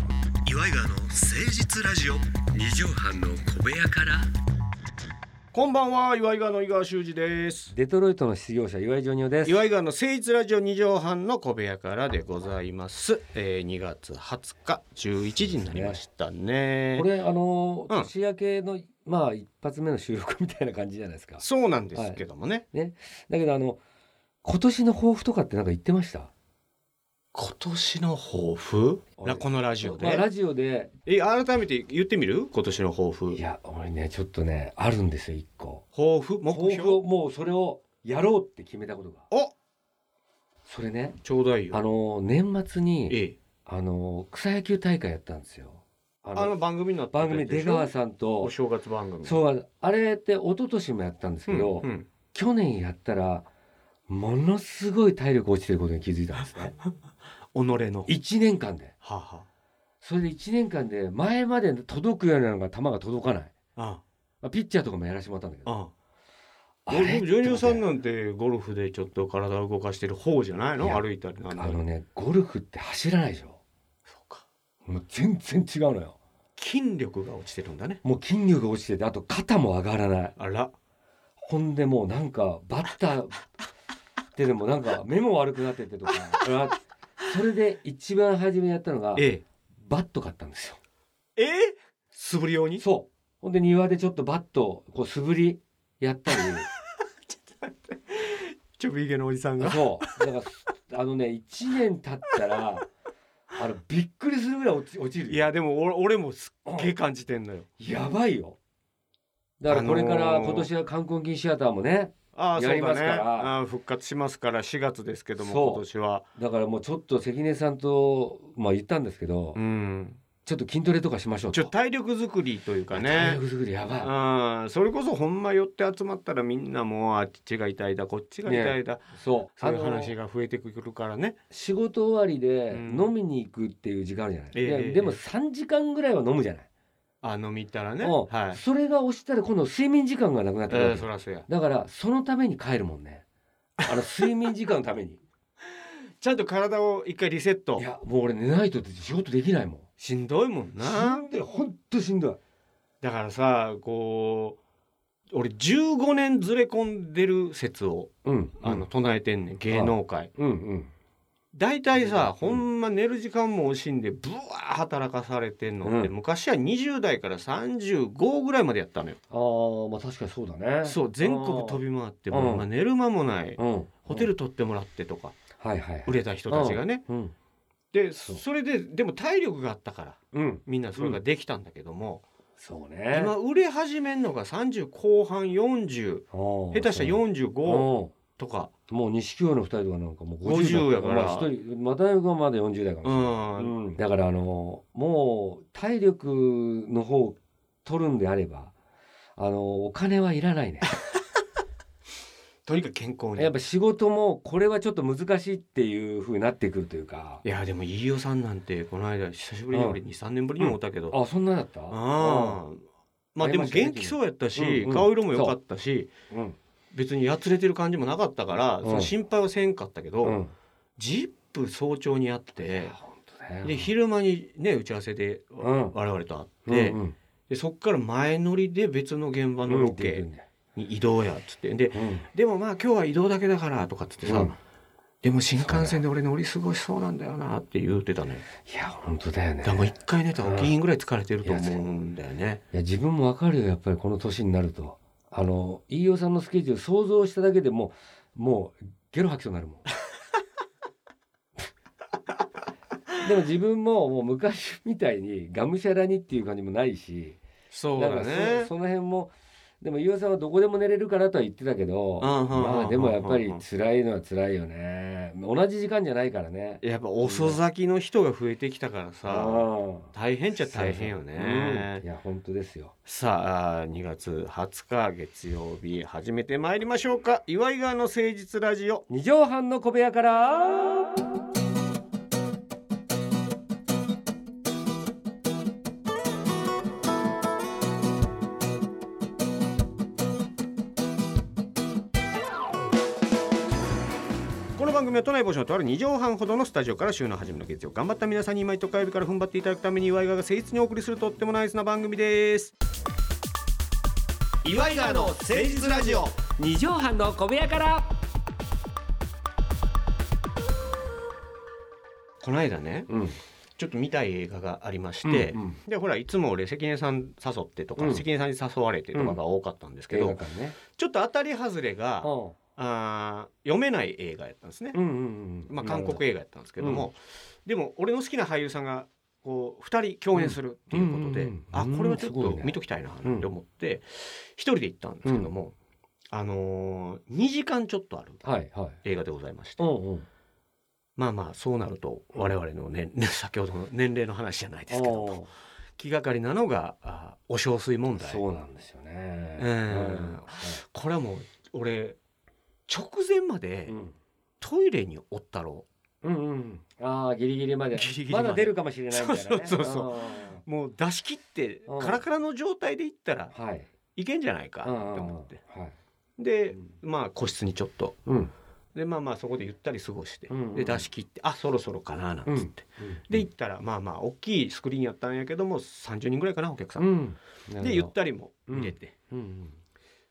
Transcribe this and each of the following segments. イガーの誠実ラジオ二畳半の小部屋からこんばんは、岩井川の井川修司です。デトロイトの失業者岩井ジョニオです岩井川の誠実ラジオ二畳半の小部屋からでございます。えー、2月20日11時になりましたね。これあのーうん年明けのまあ一発目の収録みたいな感じじゃないですかそうなんですけどもね、だけどあの今年の抱負とかってなんか言ってました今年の抱負俺ラこのラジオで、まあ、ラジオでえ改めて言ってみる今年の抱負いや俺ねちょっとねあるんですよ一個抱負目抱標負をもうそれをやろうって決めたことがおそれねちょうだいよあのー年末にええあのー草野球大会やったんですよあのあの番組になった番組出川さんとお正月番組うそうあれって一昨年もやったんですけど、んうん去年やったらものすごい体力落ちてることに気づいたんです ね己の1年間でははそれで1年間で前まで届くようなのが球が届かない、あまあ、ピッチャーとかもやらしてもらったんだけあどああジれョジョニオさんのなんてゴルフでちょっと体を動かしてる方じゃないのいや歩いたりなんだありのねゴルフって走らないでしょそうかもう全然違うのよ筋力が落ちてるんだねもう筋力が落ちててあと肩も上がらないあらほんでもうなんかバッターってでもなんか目も悪くなって てとかうわそれで一番初めにやったのがえバット買ったんですよえええ素振り用にそう。ほんで庭でちょっとバット、こう素振りやった り。ちょびげのおじさんがそう。だから、あのね、1年経ったら、あの、びっくりするぐらい落ち落ちるよ。いやでも俺俺もすっげえう感じてんのよん、やばいよ。だからこれかあらのー今年は冠婚金シアターもね、ああそやうりだますねからああ復活しますから4月ですけどそうも今年はだからもうちょっと関根さんと、まあ言ったんですけど、うんちょっと筋トレとかしましょうちと。ょ体力作りというか体ね力作りやばい。うんそれこそほんま寄って集まったらみんなもうあっちが痛いだこっちが痛いだ、そう。そういうあの話が増えてくるからね仕事終わりでうん飲みに行くっていう時間あるじゃない、ええいやええでも3時間ぐらいは飲むじゃない、あ飲み行ったらねうんはい、それが押したら今度睡眠時間がなくなってくるわえけー、そらそうやだからそのために帰るもんねあの睡眠時間のため にちゃんと体を一回リセットいやもう俺寝ないと仕事できないもんしんどいもんしなんどいほんとしんどいだからさこう俺15年ずれ込んでる説をうんあの唱えてんねん芸能界うんうん大体さうんほんま寝る時間も惜しんでブワー働かされてんのってう昔は20代から35ぐらいまでやったのよあーまあ確かにそうだねそう全国飛び回ってうんもうまあ寝る間もないうんホテル取ってもらってとかはいはいはい売れた人たちがねうんでそうそれででも体力があったからうんみんなそれができたんだけどもそうね今売れ始めんのが30後半40下下手したら45もとかう錦鯉の二人とかなんかもう50 50やからまあ一人又吉がまだ40代かもしれうないんうん、だからあのもう体力の方を取るんであればあのお金はいら ないねとにかく健康にやっぱ仕事もこれはちょっと難しいっていう風になってくるというかいやでも飯尾さんなんてこの間久しぶりに俺23年ぶりに会ったけど、ああそんなだったあまあでも元気そうやったし、うんうん顔色も良かったしうんうん別にやつれてる感じもなかったから、んその心配はせんかったけど、うんジップ早朝に会ってあ本当だよで昼間にね打ち合わせでうん我々と会って、うんうんでそっから前乗りで別の現場のロうケんってに移動やっつってで言うんだよでもまあ今日は移動だけだからとかっつってさ、うんでも新幹線で俺乗り過ごしそうなんだよなって言ってたのよ。いや本当だよねだからもう一回寝たら起きひんぐらい疲れてると思うんだよね。いや自分もわかるよやっぱりこの年になるとあの飯尾さんのスケジュール想像しただけでもうもうゲロ吐きそうになるもんでも自分ももう昔みたいにがむしゃらにっていう感じもないしそうなだんかねそ。その辺もでも飯尾さんはどこでも寝れるからとは言ってたけどうんうんうんうんまあでもやっぱり辛いのは辛いよね同じ時間じゃないからねやっぱ遅咲きの人が増えてきたからさ、うん大変っちゃ大変ようんねい。や本当ですよさあ、あー2月20日月曜日始めてまいりましょうか。岩井川の誠実ラジオ。二畳半の小部屋からこの番組は都内某所のとある2畳半ほどのスタジオから週の初めの月曜頑張った皆さんに毎回火曜日から踏ん張っていただくために岩井川が誠実にお送りするとってもナイスな番組です岩井川の誠実ラジオ二畳半の小部屋からこの間ねうんちょっと見たい映画がありまして、うんうんでほらいつも俺関根さん誘ってとか、うん関根さんに誘われてとかが多かったんですけ映ど、画館ねちょっと当たり外れが、あー読めない映画やったんですね、うんうんうんまあ、韓国映画やったんですけども、でも俺の好きな俳優さんがこう2人共演するっていうことで、うんうんあうんうんこれはちょすっごいとね見ときたいなって思って一人で行ったんですけども、あのー、2時間ちょっとあるはいはい映画でございまして、うんうんまあまあそうなると我々の年 先ほどの年齢の話じゃないですけどおー気がかりなのがあお小水問題そうなんですよねうんこれはもう俺直前までうんトイレにおったろううんうんああギリギリまでギリギリままでだ出るかもしれないみたいなねそうそうそううんもう出し切ってうんカラカラの状態で行ったらはい。いけんじゃないかってうんうんうん思ってはい。でまあ個室にちょっとうん。でまあまあそこでゆったり過ごしてうんうんで出し切ってあそろそろかななんつうんってで行ったらまあまあ大きいスクリーンやったんやけども30人ぐらいかなお客さうんん。でゆったりも見れてうんうん。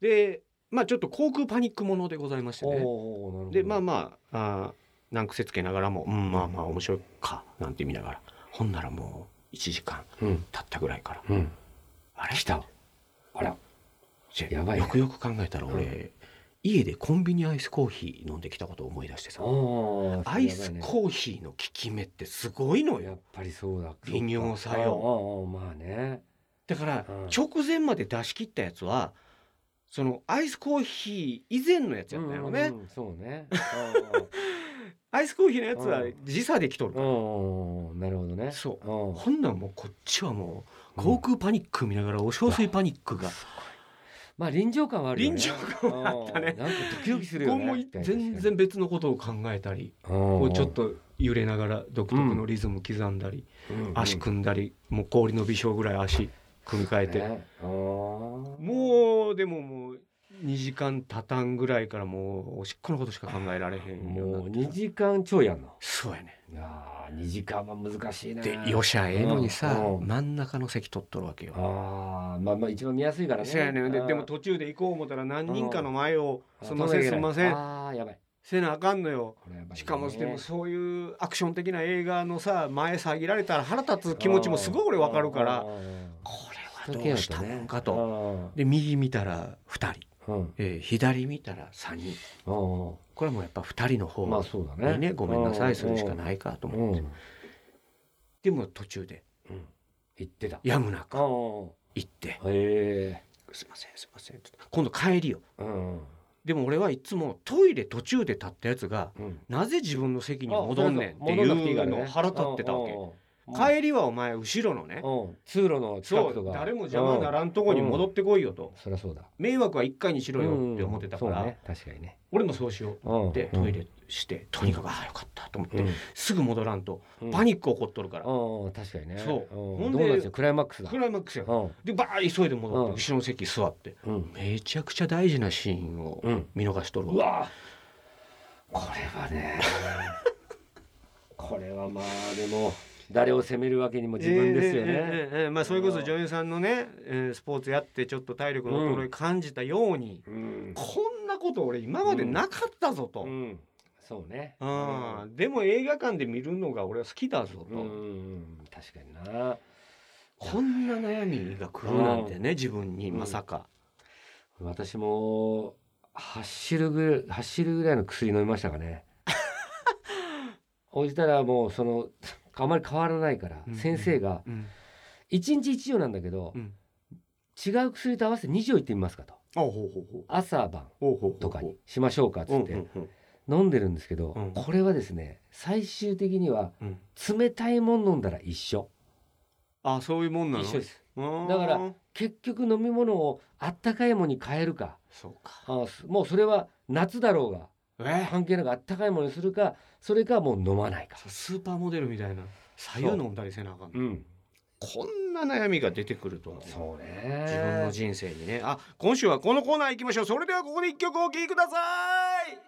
でまあちょっと航空パニックものでございましてねおーなるほどでまあまああー難癖つけながらもうんまあまあ面白いかなんて見ながらほんならもう1時間うん。経ったぐらいからうん。あれ来た。あら。じゃやばいねよくよく考えたら俺、家でコンビニアイスコーヒー飲んできたことを思い出してさ、ああ。アイスやばいねコーヒーの効き目ってすごいのやよっぱりそうだ。微妙さよ。ああああまあね。だからうん直前まで出し切ったやつはそのアイスコーヒー以前のやつやったんやろね、うんうんうん。そうね。 あアイスコーヒーのやつはうん時差できとるあうかんら、うんうん。なるほどね。そううん。ほんなんもうこっちはもう航空パニック見ながらお小水パニックが、まあ臨場感はあるよね。臨場感はあったねうんなんかドキドキするよね。もう全然別のことを考えたり、ここうちょっと揺れながら独特のリズム刻んだり、足組んだりもう氷の微笑ぐらい足組み替えて、ねあーもうでももう2時間たたんぐらいからもうおしっこのことしか考えられへんようになもっうて2時間ちょいやんの。そうやねいやー2時間は難しいね。でよしゃええのにさ、うん真ん中の席取っとるわけよ。ああまあまあ一番見やすいからね。そうやねんであーでも途中で行こう思ったら何人かの前を「あすんませんすんませんああやばい。」せなあかんのよ。これやばいねしかもでもそういうアクション的な映画のさ前下げられたら腹立つ気持ちもすごい俺わかるからうんうんうんこれはどうしたもんかと。うんで右見たら2人、うんえー左見たら3人うんこれはもうやっぱ2人の方うんにまあね,、そうだね。ごめんなさいするしかい。ないかとう思んっうて、んでも途中で言ってた。やむなうくんうん行ってへえ。 「すいませんすいません」今度帰りようんうんでも俺はいつもトイレ途中で立ったやつがうん。なぜ自分の席に戻んねんっていうのを腹立ってたわけ帰帰りはお前後ろのね通路の近そくとうか。誰も邪魔なうん。らんとこに戻ってこいよとそりゃそうだ。迷惑は一回にしろよって思ってたかうんそうらね、確かにね。俺もそうしよううんってトイレしてとにかくああよかったと思ってうすぐ戻らんとんパニック起こっとるから、うんうん確かにね。そうほんんドでーナツのクライマックスだ。クライマックスやうんでバーッ急いで戻って、うん後ろの席座ってうんめちゃくちゃ大事なシーンをうん。見逃しとるうわわこれはね。 これはまあでも誰を責めるわけにも自分ですよえーね。えーえーえーまあそれこそ女優さんのね、えースポーツやってちょっと体力の衰え感じたように、うん。こんなこと俺今までなかったぞと、うんそうね。あーでも映画館で見るのが俺は好きだぞうと、んうん確かにな。こんな悩みが来るなんてね自分にまさか、私も走るぐ走るぐらいの薬飲みましたか ね。応じたらもうそのあまり変わらないから、うんうん先生がうん一日一錠なんだけど、うん違う薬と合わせて2錠いってみますかとあほうほうほう朝晩ほうほうほうとかにしましょうかっつうんうっんてうん飲んでるんですけど、うんこれはですね最終的にはうん冷たいもん飲んだら一緒あそういうもんなの一緒ですだだから結局飲み物をあったかいものに変えるかそうかあすもうそれは夏だろうがえ関係なくあったかいものにするかそれかもう飲まないか、スーパーモデルみたいな左右飲んだりせなあかんのうん、こんな悩みが出てくるとはねそうね自分の人生にねあ今週はこのコーナー行きましょうそれではここで一曲お聴きください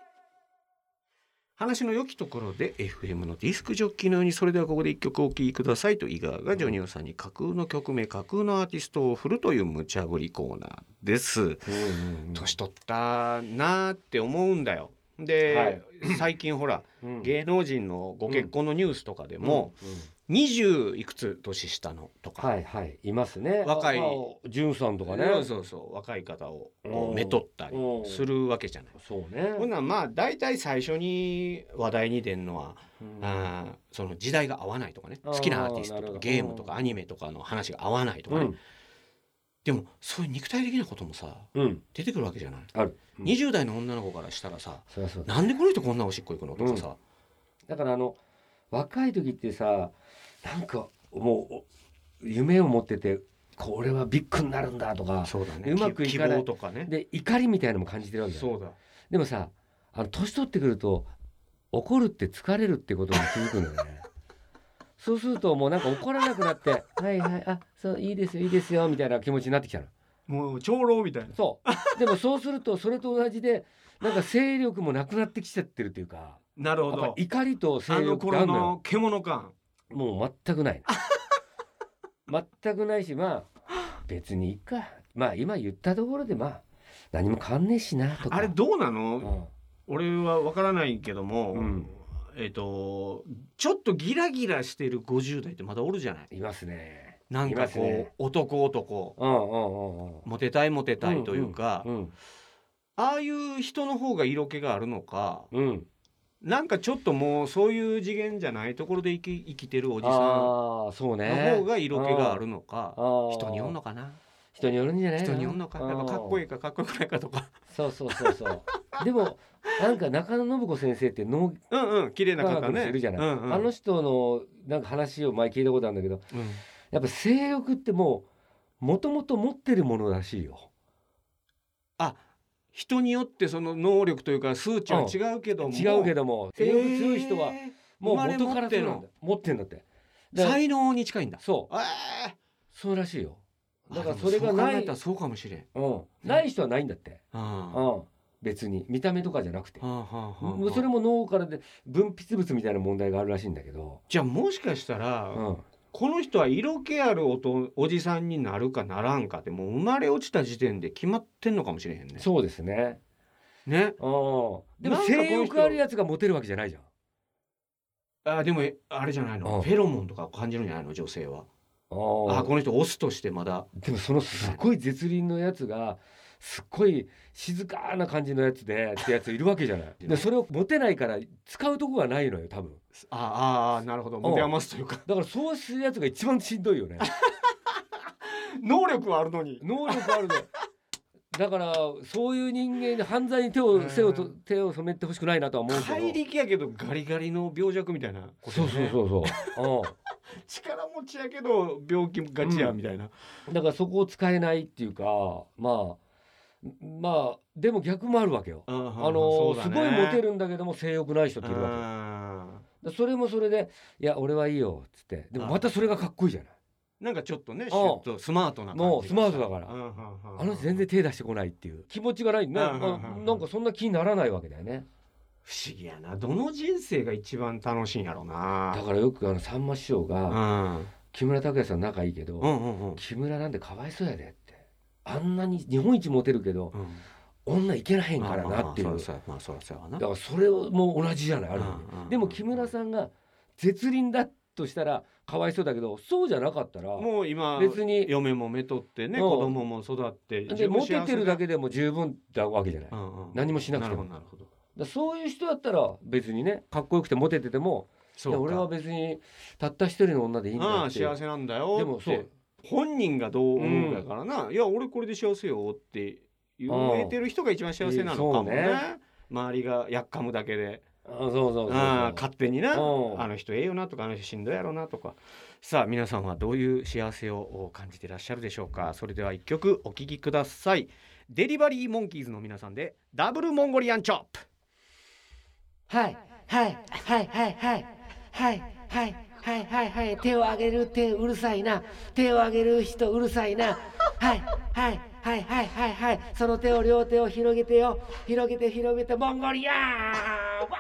話の良きところで FM のディスクジョッキーのようにそれではここで一曲お聴きくださいと井川がジョニオさんに架空の曲名架空のアーティストを振るという無茶ぶりコーナーです。年取ったなーって思うんだよ。で、はい最近ほらうん芸能人のご結婚のニュースとかでもうんうん20いくつ年下のとか、はいはいいますね若いああ潤さんとかねそうそうそう若い方をこうめとったりうんするわけじゃない。そうねほんならまあ大体最初に話題に出るのはうんあーその時代が合わないとかねあー好きなアーティストなるとほかどゲームとかアニメとかの話が合わないとかね、でもそういう肉体的なこともさうんうん出てくるわけじゃない、あるうん20代の女の子からしたらさそりゃそうだなんでこの人こんなおしっこ行くのとかさ、だからあの若い時ってさなんかもうお夢を持っててこれはビッグになるんだとかそうだうまくいかない希望とかねで怒りみたいなのも感じてるわけだようだでもさあの年取ってくると怒るって疲れるってことに気づくんだよ ねそうするともうなんか怒らなくなって「はいはいあそういいですよいいですよ」みたいな気持ちになってきたのもう長老みたいなそうでもそうするとそれと同じでなんか勢力もなくなってきちゃってるっていうかなるやっぱ怒りと勢力ってあるのよ獣感もう全くない全くないしまあ別にいいかまあ今言ったところでまあ何も変わんねえしなとかどうなうのん俺は分からないけどもうんえっ、とちょっとギラギラしてる50代ってまだおるじゃないいますねなんかいますこう、ね男男うんうんうんうんモテたいモテたいというか、うんああいう人の方が色気があるのかうんなんかちょっともうそういう次元じゃないところで生き生きてるおじさんのああそうね方が色気があるのか、人人によるのかな人によるんじゃない人によるのかやっぱかっこいいいかかっこよくないかとかそうそうそうそう でもなんか中野信子先生って脳うんうん綺麗な科方学のね人いるじゃない、うんうんあの人のなんか話を前聞いたことあるんだけどうんやっぱ性欲ってもうもともと持ってるものらしいよあ人によってその能力というか数値は違うけども、違うけども性欲強い人はえもう生まれ元持かっらてそうるのなんだ持ってんだってーだから才能に近いんだそうえそうらしいよーだからあでそもれがなそう考いえたらそうかもしれんうん、ない人はないんだって、あうん別に見た目とかじゃなくて、あはあはあもうそれも脳からで分泌物みたいな問題があるらしいんだけど、じゃあもしかしたら、うん、この人は色気あるおとおじさんになるかならんかってもう生まれ落ちた時点で決まってんのかもしれへんね。そうですね、うね。ん、でもなんかこの人性欲あるやつがモテるわけじゃないじゃんあでもえあれじゃないの、うんフェロモンとか感じるんじゃないの女性は。ああこの人オスとしてまだでもそのすごい絶倫のやつがすっごい静かな感じのやつでってやついるわけじゃない でそれをモテないから使うとこがないのよ多分あああなるほど持て余すというかだからそうするやつが一番しんどい よね能力はあるのに。能力あるねだからそういう人間に犯罪に手を手をと手を染めてほしくないなとは思うけど怪力やけどガリガリの病弱みたいなことそうよね、そうそうそう、力持ちやけど病気ガチやうんみたいな、うん、だからそこを使えないっていうかまあまあでも逆もあるわけよ、あのあのすごいモテるるんだけども性欲ない人っているわけよだそれもそれで「いや俺はいいよ」っつってでもまたそれがかっこいいじゃないなんかちょっとねシュッとスマートな感じもうスマートだからああの人全然手出してこないっていう気持ちがないねうんうんうんあなんかそんな気にならないわけだよね不思議やなどの人生が一番楽しいんやろうなだからよくあのさんま師匠がうん木村拓哉さん仲いいけど、うんうんうん木村なんてかわいそうやでってあんなに日本一モテるけど女いけらへんからなっていうまあまあまあだそらそうやまあそらそうやわなからそれも同じじゃないある意味うんうんうんでも木村さんが絶倫だとしたらかわいそうだけどそうじゃなかったらもう今別に嫁もめとってねうん子供も育ってでモテてるだけけでも十分だわけじゃない何もしなくてもなるほどなるほどだからそういう人だったら別にねかっこよくてモテててもいそうやか俺は別にたった一人の女でいいんだあっあていう幸せなんだよでもそう本人がどう思うかからな、いや俺これで幸せよって言えてる人が一番幸せなのかもね,、うんそうね周りがやっかむだけであそうそうそうそうああ勝手にな、うんあの人ええよなとかあの人しんどいやろなとかさあ皆さんはどういう幸せを感じてらっしゃるでしょうかそれでは一曲お聴きくださいデリバリーモンキーズの皆さんでダブルモンゴリアンチョップはいはいはいはいはいはいはいはいはいはい手を上げる手うるさいな手を上げる人うるさいなはいはいはいはいはいはいその手を両手を広げてよ広げて広げてモンゴリアンわー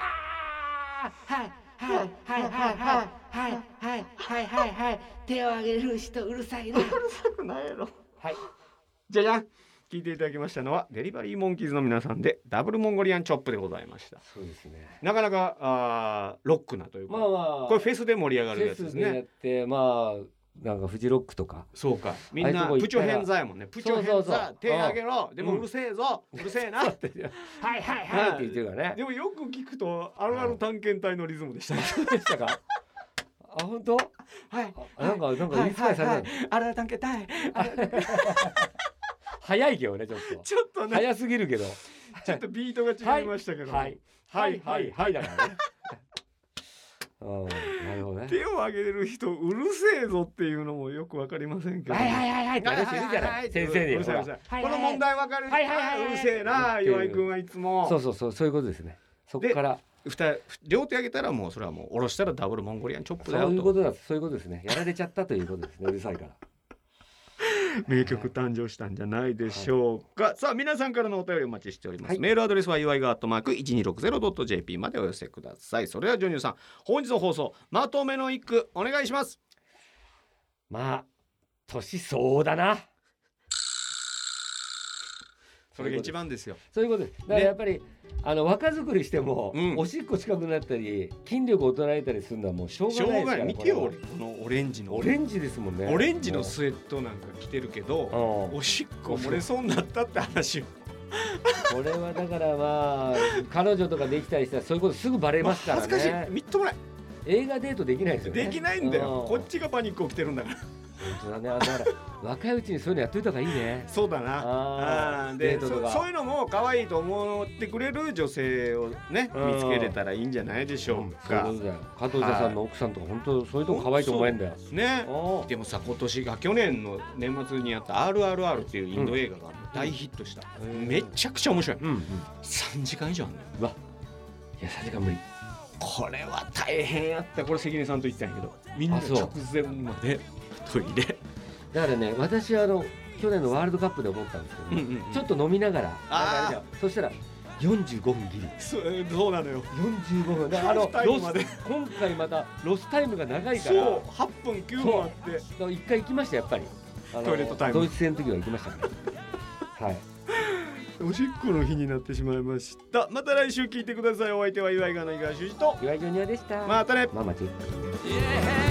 はいはいはいはいはいはいはいはいはい手を上げる人うるさいな くないやろはいじゃじゃん聞いていただきましたのはデリバリーモンキーズの皆さんでダブルモンゴリアンチョップでございましたそうですねなかなかあーロックなというか、まあまあこれフェスで盛り上がるやつフェですスでやねってまあなんかフジロックとかそうかみんああいうなとこ行プったチョら偏在もんねプチョそ偏うそうそ在う手上げろでもうんうるせえぞ、うるせえなってはいはいはいって言ってるからねでもよく聞くとあるある探検隊のリズムでしたねそうでしたか。あ、本当。はいあなんか、なんか、言い伝えされたの。あるある探検隊早いけどね、ちょっと。ちょっとね早すぎるけど。ちょっとビートが違いましたけど、はい。はい、はい、はい、だ からね。うん、なるほどね。手を上げる人うるせえぞっていうのもよくわかりませんけど、はい、はい、はい、はい、はい楽しいじゃない。先生うに。るほさいうるらさいはいこの問題わかる、はいはいはいはいうるせえな岩井君はいつもそうそうそう、そういうことですね。そこから。ふた両手上げたらもうそれはもう下ろしたらダブルモンゴリアンチョップそだようということだ。そういうことですね。やられちゃったということですね。うるさいから。 名曲誕生したんじゃないでしょうか、さあ皆さんからのお便りお待ちしております、はいメールアドレスは祝いがアットマーク 1260.jp までお寄せくださいそれではジョニューさん本日の放送まとめの一句お願いしますまあ。年相応だな。それが一番ですよそういうことです。だからねやっぱり、あの若作りしても、うんおしっこ近くなったり筋力衰えたりするのはもうしょうしょがうないですかがらない見てよ俺このオレンジのオレンジですもんねオレンジのスウェットなんか着てるけうどんおしっこ漏れそうになったって話をこれはだからまあ彼女とかできたりしたらそういうことすぐバレますから恥ずかしねいみっともない映画デートできないですよねできないんだうよこっちがパニック起きてるんだから本当だねあだから若いうちにそういうのやっといた方がいいねそうだなああーーデーでトそとかそういうのも可愛いと思ってくれる女性をねうん見つけれたらいいんじゃないでしょうんうそういうかこ、とだよ加藤茶さんの奥さんとか本当そういうとこ可愛いと思えんだよねおでもさ今年が去年の年末にあった「RRR」っていうインド映画が大ヒットした、うんめちゃくちゃ面白いうんうんい3時間以上あんのよやさ時間無理これは大変やったこれ関根さんと言ってたんやけどみんなあそう直前までトイレだからね私はあの去年のワールドカップで思ったんですけどね、うんうんうんちょっと飲みながらあなんかあーれだよそしたら45分ギリそうそうなのよ45分であのロスタイムロスまで今回またロスタイムが長いかそうらだか8分9分あってら一回行きましたやっぱりあのトイレットタイムドイツ戦の時は行きましたねはいおしっこの日になってしまいましたまた来週聞いてくださいお相手は岩井川の井川修司と岩井ジョニオでしたまたねママチェックイエーイ